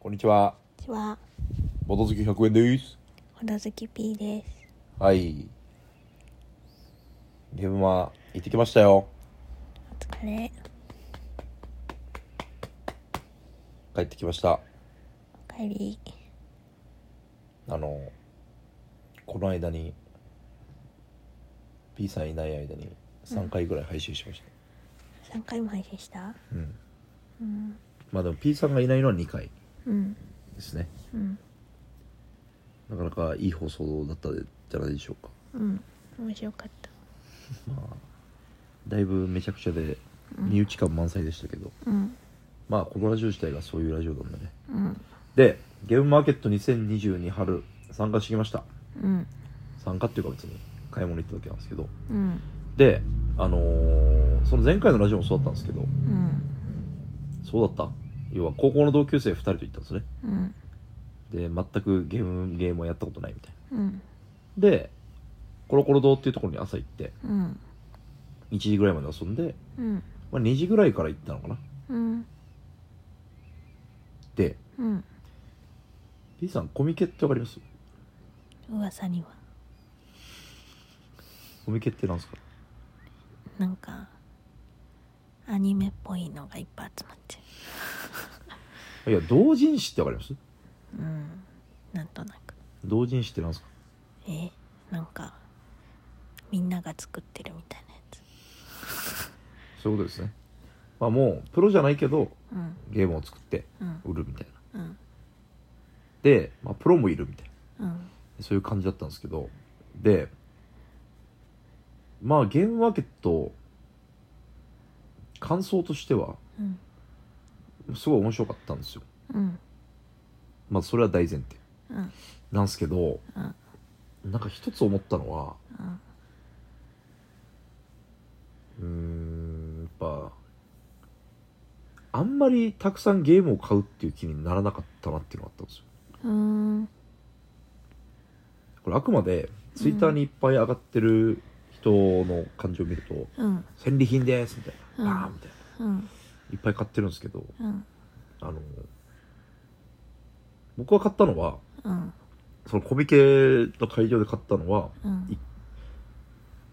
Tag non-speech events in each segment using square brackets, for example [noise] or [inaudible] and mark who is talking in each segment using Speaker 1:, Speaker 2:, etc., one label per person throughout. Speaker 1: こんにちは。
Speaker 2: こんにちは、
Speaker 1: ボト好き100円です。
Speaker 2: ほどずき P です。
Speaker 1: はい。ゲームマ行ってきましたよ。
Speaker 2: お疲れ。
Speaker 1: 帰ってきました。
Speaker 2: おかえり。
Speaker 1: あの、この間に、P さんいない間に3回ぐらい配信しまし
Speaker 2: 3回も配信した
Speaker 1: た。うん。
Speaker 2: うん。
Speaker 1: まあでも P さんがいないのは2回
Speaker 2: うん。
Speaker 1: ですね。
Speaker 2: うん。
Speaker 1: なかなかいい放送だったんじゃないでしょうか。
Speaker 2: うん。面白かった。
Speaker 1: まあ、だいぶめちゃくちゃで、身内感満載でしたけど、
Speaker 2: うん。
Speaker 1: まあこのラジオ自体がそういうラジオなんだね。
Speaker 2: うん。
Speaker 1: で、ゲームマーケット2022春参加してきました。
Speaker 2: うん。
Speaker 1: 参加っていうか別に買い物行っただけなんですけど。
Speaker 2: うん。
Speaker 1: で、あのーその前回のラジオもそうだったんですけど、
Speaker 2: うん。
Speaker 1: そうだった要は高校の同級生2人と行ったんですね。
Speaker 2: うん。
Speaker 1: で、全くゲーム、ゲームをやったことないみたい
Speaker 2: うん。
Speaker 1: な。で、コロコロ堂っていうところに朝行って、
Speaker 2: うん。
Speaker 1: 1時ぐらいまで遊んで、
Speaker 2: うん。
Speaker 1: まあ、2時ぐらいから行ったのかな。
Speaker 2: うん。
Speaker 1: で、
Speaker 2: うん。
Speaker 1: P さん、コミケってわかります
Speaker 2: 噂には。
Speaker 1: コミケってなんですか
Speaker 2: なんか、アニメっぽいのがいっぱい集まってる。
Speaker 1: いや、同人誌ってわかります
Speaker 2: うん。なんとなく。
Speaker 1: 同人誌ってなんですか
Speaker 2: えなんか、みんなが作ってるみたいなやつ。
Speaker 1: そういうことですね。まあもう、プロじゃないけど、
Speaker 2: うん。
Speaker 1: ゲームを作って
Speaker 2: うん。
Speaker 1: 売るみたいな。
Speaker 2: うん。
Speaker 1: で、まあ、プロもいるみたいな。
Speaker 2: うん。
Speaker 1: そういう感じだったんですけど。で、まあゲームマーケット、感想としては、
Speaker 2: うん。
Speaker 1: すごい面白かったんですよ。
Speaker 2: うん。
Speaker 1: まあそれは大前提。
Speaker 2: うん。
Speaker 1: なんですけど、
Speaker 2: うん。
Speaker 1: なんか一つ思ったのは、
Speaker 2: うん
Speaker 1: うーん、やっぱ、あんまりたくさんゲームを買うっていう気にならなかったなっていうのがあったんですよ。
Speaker 2: うーん
Speaker 1: これあくまで、ツイッターにいっぱい上がってる人の感じを見ると、
Speaker 2: うん
Speaker 1: 戦利品ですみたいな、
Speaker 2: うん
Speaker 1: あーみたいな
Speaker 2: うん
Speaker 1: いっぱい買ってるんですけど
Speaker 2: うん
Speaker 1: あの僕が買ったのは
Speaker 2: うん
Speaker 1: そのコミケの会場で買ったのは、
Speaker 2: うん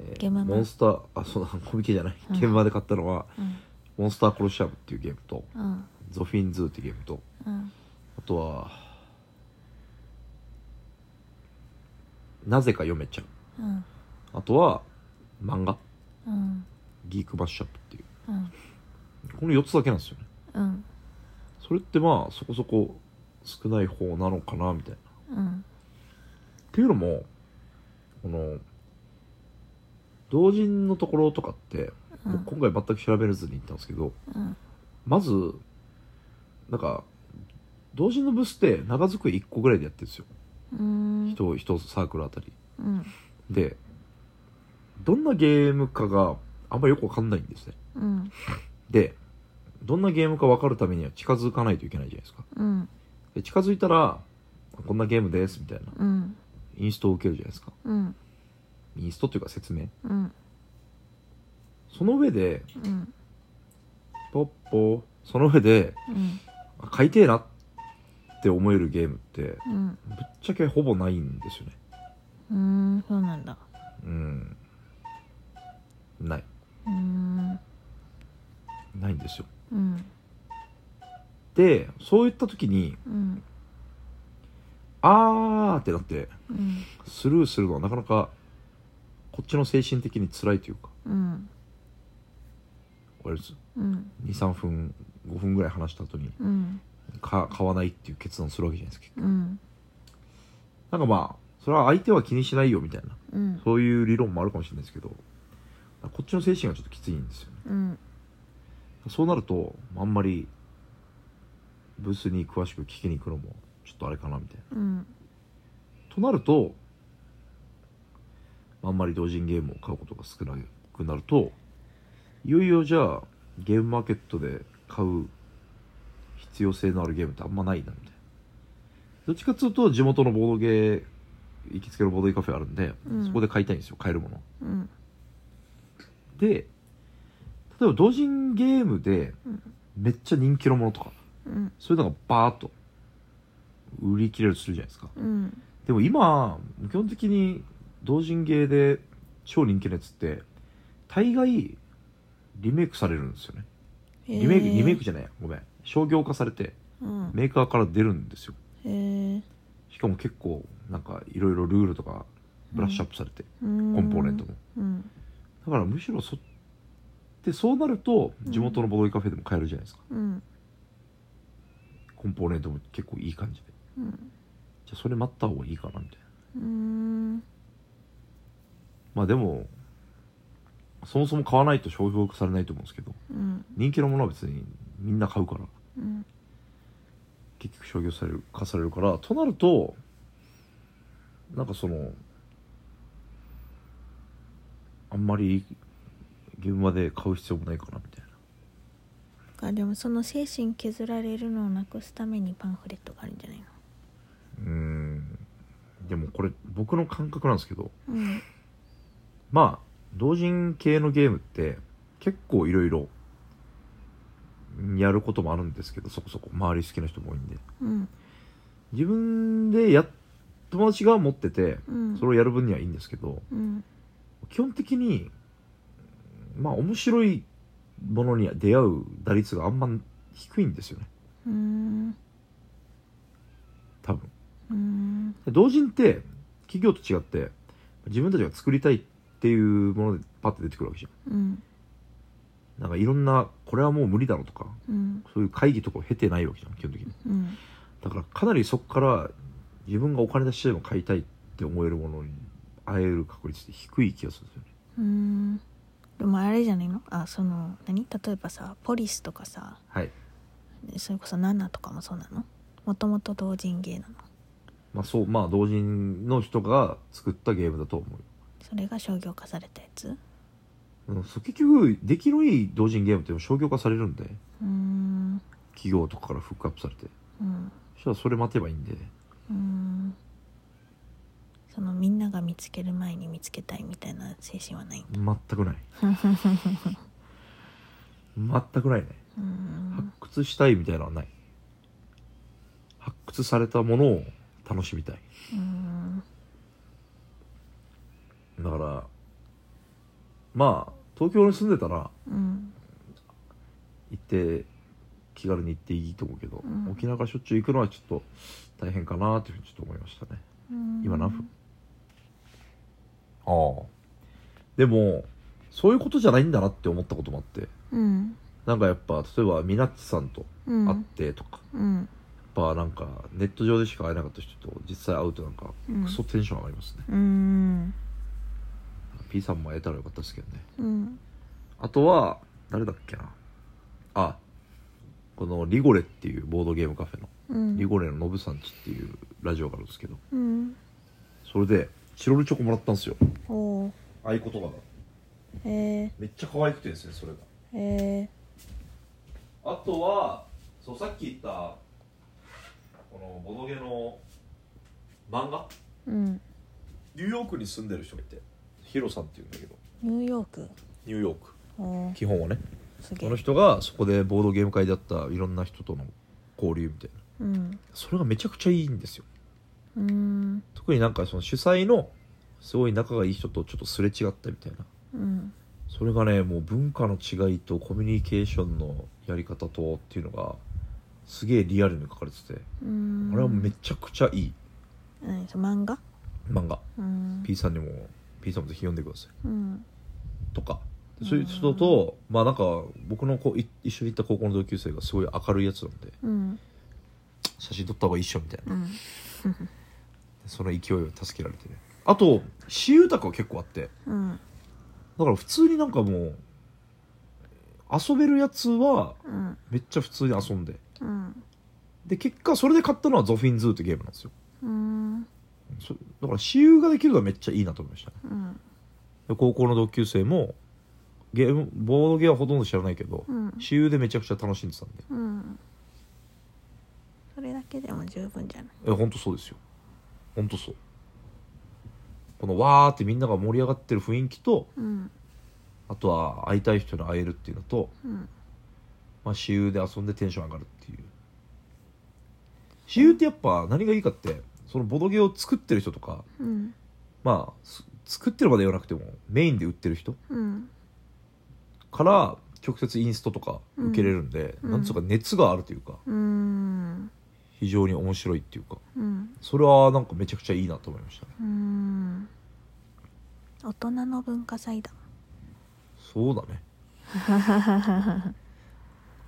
Speaker 1: えー
Speaker 2: ゲームマ
Speaker 1: モンスターあそうだコミケじゃない、
Speaker 2: うん
Speaker 1: ゲームマで買ったのは
Speaker 2: うん
Speaker 1: 「モンスターコロシアム」っていうゲームと
Speaker 2: うん
Speaker 1: 「ゾフィンズー」っていうゲームと
Speaker 2: うん
Speaker 1: あとはなぜか読めちゃう
Speaker 2: うん
Speaker 1: あとは漫画
Speaker 2: うん
Speaker 1: 「ギークマッシュアップ」っていう
Speaker 2: うん
Speaker 1: この4つだけなんですよね
Speaker 2: うん
Speaker 1: それってまあそこそこ少ない方なのかなみたいな
Speaker 2: うん
Speaker 1: っていうのもこの同人のところとかって、
Speaker 2: う
Speaker 1: もうん今回全く調べずに行ったんですけど
Speaker 2: うん
Speaker 1: まずなんか同人のブスって長机1個ぐらいでやってるんですよ
Speaker 2: うん
Speaker 1: 人人サークルあたり
Speaker 2: うん
Speaker 1: でどんなゲームかがあんまよくわかんないんですね
Speaker 2: うん
Speaker 1: でどんなゲームかわかるためには近づかないといけないじゃないですか
Speaker 2: うん
Speaker 1: で近づいたらこんなゲームですみたいな
Speaker 2: うん
Speaker 1: インストを受けるじゃないですか
Speaker 2: うん
Speaker 1: インストっていうか説明
Speaker 2: うん
Speaker 1: その上で
Speaker 2: うん
Speaker 1: ポッポその上で
Speaker 2: うん
Speaker 1: あ買いてえなって思えるゲームってぶっ
Speaker 2: うん
Speaker 1: ちゃけほぼないんですよね
Speaker 2: うんそうなんだ
Speaker 1: うんない
Speaker 2: うん
Speaker 1: ないんですよ
Speaker 2: うん
Speaker 1: でそういった時に
Speaker 2: うん
Speaker 1: あーってなって
Speaker 2: うん
Speaker 1: スルーするのはなかなかこっちの精神的に辛いというか
Speaker 2: うん
Speaker 1: あれです
Speaker 2: うん
Speaker 1: 23分5分ぐらい話した後に
Speaker 2: うん
Speaker 1: か買わないっていう決断するわけじゃないですか
Speaker 2: うん
Speaker 1: なんかまあそれは相手は気にしないよみたいな
Speaker 2: うん
Speaker 1: そういう理論もあるかもしれないですけどこっちの精神がちょっときついんですよね
Speaker 2: うん
Speaker 1: そうなると、あんまり、ブースに詳しく聞きに行くのも、ちょっとあれかな、みたいな。
Speaker 2: うん
Speaker 1: となると、あんまり同人ゲームを買うことが少なくなると、いよいよじゃあ、ゲームマーケットで買う必要性のあるゲームってあんまないな、みたいな。どっちかっつうと、地元のボードゲー、行きつけのボードゲーカフェあるんで、
Speaker 2: うん
Speaker 1: そこで買いたいんですよ、買えるもの。
Speaker 2: うん
Speaker 1: で、例えば同人ゲームで
Speaker 2: うん、
Speaker 1: めっちゃ人気のものとか、
Speaker 2: うん
Speaker 1: そういうのがバーっと売り切れるとするじゃないですか
Speaker 2: うん
Speaker 1: でも今基本的に同人芸で超人気のやつって大概リメイクされるんですよねリメイク、リメイクじゃないやごめん商業化されて
Speaker 2: うん
Speaker 1: メーカーから出るんですよ
Speaker 2: へえ
Speaker 1: しかも結構なんかいろいろルールとかブラッシュアップされて、コ
Speaker 2: コ
Speaker 1: ンポーネントも
Speaker 2: うん
Speaker 1: だからむしろそでそうなると地元のボドゲカフェでも買えるじゃないですか、
Speaker 2: うん
Speaker 1: コンポーネントも結構いい感じで
Speaker 2: うん
Speaker 1: じゃあそれ待った方がいいかなみたいな
Speaker 2: うん
Speaker 1: まあでもそもそも買わないと消費されないと思うんですけど
Speaker 2: うん
Speaker 1: 人気のものは別にみんな買うから
Speaker 2: うん
Speaker 1: 結局商業される化されるからとなるとなんかそのあんまり現場で買う必要もないかなみたいな
Speaker 2: あでもその精神削られるのをなくすためにパンフレットがあるんじゃないの
Speaker 1: うーんでもこれ僕の感覚なんですけど
Speaker 2: うん
Speaker 1: まあ同人系のゲームって結構いろいろやることもあるんですけどそこそこ周り好きな人も多いんで
Speaker 2: うん
Speaker 1: 自分でや友達が持ってて
Speaker 2: うん
Speaker 1: それをやる分にはいいんですけど、
Speaker 2: うん
Speaker 1: 基本的にまあ面白いものに出会う打率があんま低いんですよね
Speaker 2: うん
Speaker 1: 多分
Speaker 2: うん
Speaker 1: で同人って企業と違って自分たちが作りたいっていうものでパッと出てくるわけじゃ
Speaker 2: うん
Speaker 1: んなんかいろんなこれはもう無理だろうとか
Speaker 2: うん
Speaker 1: そういう会議とかを経てないわけじゃん基本的に
Speaker 2: うん
Speaker 1: だからかなりそこから自分がお金出してでも買いたいって思えるものに会える確率って低い気がするんですよね
Speaker 2: うんでもあれじゃないのあその何例えばさポリスとかさ
Speaker 1: はい
Speaker 2: それこそナナとかもそうなのもともと同人芸なの
Speaker 1: まあそうまあ同人の人が作ったゲームだと思う
Speaker 2: それが商業化されたやつ
Speaker 1: うんそう結局出来のいい同人ゲームって商業化されるんで
Speaker 2: うん
Speaker 1: 企業とかからフックアップされて
Speaker 2: うん
Speaker 1: そしたらそれ待てばいいんで
Speaker 2: うんそのみんなが見つける前に見つけたいみたいな精神はない
Speaker 1: 全くない全くないね発
Speaker 2: うん
Speaker 1: 掘したいみたいなのはない発掘されたものを楽しみたい
Speaker 2: うん
Speaker 1: だからまあ東京に住んでたら
Speaker 2: うん
Speaker 1: 行って気軽に行っていいと思うけど、
Speaker 2: うん
Speaker 1: 沖縄からしょっちゅう行くのはちょっと大変かなっていうふうにちょっと思いましたね
Speaker 2: うん
Speaker 1: 今何分ああでもそういうことじゃないんだなって思ったこともあって
Speaker 2: うん
Speaker 1: なんかやっぱ例えばミナッチさんと
Speaker 2: うん
Speaker 1: 会ってとか、
Speaker 2: うん
Speaker 1: やっぱなんかネット上でしか会えなかった人と実際会うとなんか
Speaker 2: うん
Speaker 1: クソテンション上がりますね、
Speaker 2: うん、
Speaker 1: P さんも会えたらよかったですけどね
Speaker 2: うん、
Speaker 1: あとは誰だっけなあこのリゴレっていうボードゲームカフェの
Speaker 2: うん、
Speaker 1: リゴレのノブさんちっていうラジオがあるんですけど
Speaker 2: うん、
Speaker 1: それでチロルチョコもらったんですよ
Speaker 2: おー
Speaker 1: 合言葉が
Speaker 2: え
Speaker 1: めっちゃ可愛くてですねそれが
Speaker 2: ー、え
Speaker 1: あとはそうさっき言ったこのボドゲの漫画
Speaker 2: ー、うん、
Speaker 1: ニューヨークに住んでる人がいてヒロさんっていうんだけど
Speaker 2: ニューヨーク、
Speaker 1: ニューヨーク
Speaker 2: おー、
Speaker 1: 基本はね
Speaker 2: すげ
Speaker 1: こ
Speaker 2: え
Speaker 1: の、人がそこでボードゲーム会であったいろんな人との交流みたいな
Speaker 2: うん、
Speaker 1: それがめちゃくちゃいいんですよ
Speaker 2: うーん、
Speaker 1: 特になんかその主催のすごい仲がいい人とちょっとすれ違ったみたいな
Speaker 2: うん、
Speaker 1: それがねもう文化の違いとコミュニケーションのやり方とっていうのがすげえリアルに書かれてて
Speaker 2: うん、
Speaker 1: これはめちゃくちゃいい
Speaker 2: うん、そう漫画、
Speaker 1: 漫画
Speaker 2: うん、
Speaker 1: P さんにも P さんもぜひ読んでください
Speaker 2: うん、
Speaker 1: とかそういう人とまあなんか僕のこうい一緒に行った高校の同級生がすごい明るいやつなんで
Speaker 2: うん、
Speaker 1: 写真撮った方がいいっしょみたいな
Speaker 2: うん、
Speaker 1: その勢いを助けられてねあと私有宅は結構あって
Speaker 2: うん、
Speaker 1: だから普通になんかもう遊べるやつは
Speaker 2: うん、
Speaker 1: めっちゃ普通に遊んで
Speaker 2: うん、
Speaker 1: で結果それで買ったのはゾフィンズーってゲームなんですよ
Speaker 2: うん、
Speaker 1: そだから私有ができるのはめっちゃいいなと思いましたね
Speaker 2: うん、
Speaker 1: で高校の同級生もゲームボードゲームはほとんど知らないけど
Speaker 2: うん、
Speaker 1: 私有でめちゃくちゃ楽しんでたんで
Speaker 2: うん、それだけでも十分じゃない、
Speaker 1: え本当そうですよ本当そうこのわーってみんなが盛り上がってる雰囲気と
Speaker 2: うん、
Speaker 1: あとは会いたい人に会えるっていうのと
Speaker 2: うん、
Speaker 1: まあ、私有で遊んでテンション上がるっていう私有ってやっぱ何がいいかってそのボドゲを作ってる人とか
Speaker 2: うん
Speaker 1: まあす作ってるまで言わなくてもメインで売ってる人
Speaker 2: うん
Speaker 1: から直接インストとか受けれるんで、
Speaker 2: うん
Speaker 1: なんつうか熱があるというか
Speaker 2: うん
Speaker 1: 非常に面白いっていうか
Speaker 2: うん
Speaker 1: それはなんかめちゃくちゃいいなと思いましたね
Speaker 2: うん大人の文化祭だ
Speaker 1: そうだねだ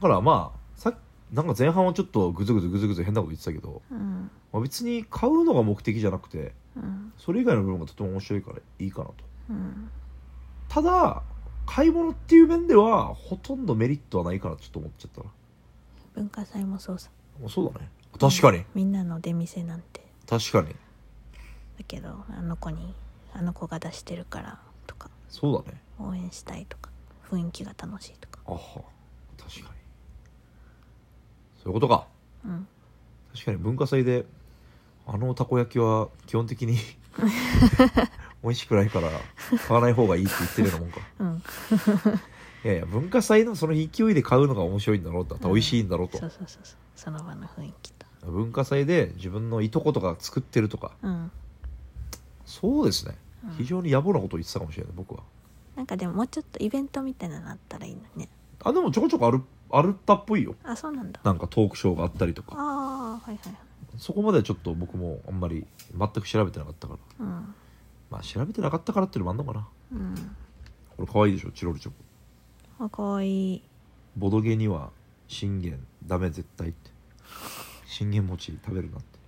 Speaker 1: からまあさっなんか前半はちょっとグズグズグズグズ変なこと言ってたけど、
Speaker 2: うん
Speaker 1: まあ、別に買うのが目的じゃなくて
Speaker 2: うん
Speaker 1: それ以外の部分がとても面白いからいいかなと
Speaker 2: うん
Speaker 1: ただ買い物っていう面ではほとんどメリットはないからちょっと思っちゃったな
Speaker 2: 文化祭もそうさ
Speaker 1: まあそうだね確かに
Speaker 2: みんなの出店なんて
Speaker 1: 確かに
Speaker 2: だけどあの子にあの子が出してるからとか
Speaker 1: そうだね
Speaker 2: 応援したいとか雰囲気が楽しいとか
Speaker 1: あは確かにそういうことか
Speaker 2: うん
Speaker 1: 確かに文化祭であのたこ焼きは基本的に [laughs] 美味しくないから買わない方がいいって言ってるような [laughs] もんか
Speaker 2: うん
Speaker 1: いやいや文化祭のその勢いで買うのが面白いんだろうと、美味しいんだろうと
Speaker 2: そうそうそうそうその場の雰囲気と
Speaker 1: 文化祭で自分のいとことか作ってるとか
Speaker 2: うん、
Speaker 1: そうですね
Speaker 2: うん
Speaker 1: 非常に野暮なことを言ってたかもしれない僕は
Speaker 2: なんかでももうちょっとイベントみたいなのあったらいいのね
Speaker 1: あでもちょこちょこあるあるったっぽいよ
Speaker 2: あそうなんだあ
Speaker 1: なんかトークショーがあったりとか
Speaker 2: あーはいはいはい
Speaker 1: そこまではちょっと僕もあんまり全く調べてなかったから
Speaker 2: うん
Speaker 1: まあ調べてなかったからっていうのもあんのかな
Speaker 2: うん
Speaker 1: これ可愛いでしょチロルチョコ
Speaker 2: あかわい
Speaker 1: [laughs]
Speaker 2: い
Speaker 1: ボドゲには信玄ダメ絶対って信玄餅食べるなって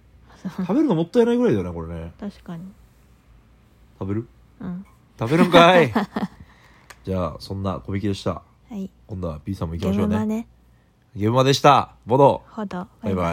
Speaker 1: 食べるのもったいないぐらいだよねこれね
Speaker 2: 確かに
Speaker 1: 食べる
Speaker 2: うん
Speaker 1: 食べるんかいじゃあそんな小引きでした
Speaker 2: はい
Speaker 1: 今度は B さんも行き
Speaker 2: ゲ
Speaker 1: ましょ
Speaker 2: ー
Speaker 1: う
Speaker 2: ムは
Speaker 1: ね
Speaker 2: ね
Speaker 1: ゲームマでしたボド
Speaker 2: ほど
Speaker 1: バイバイ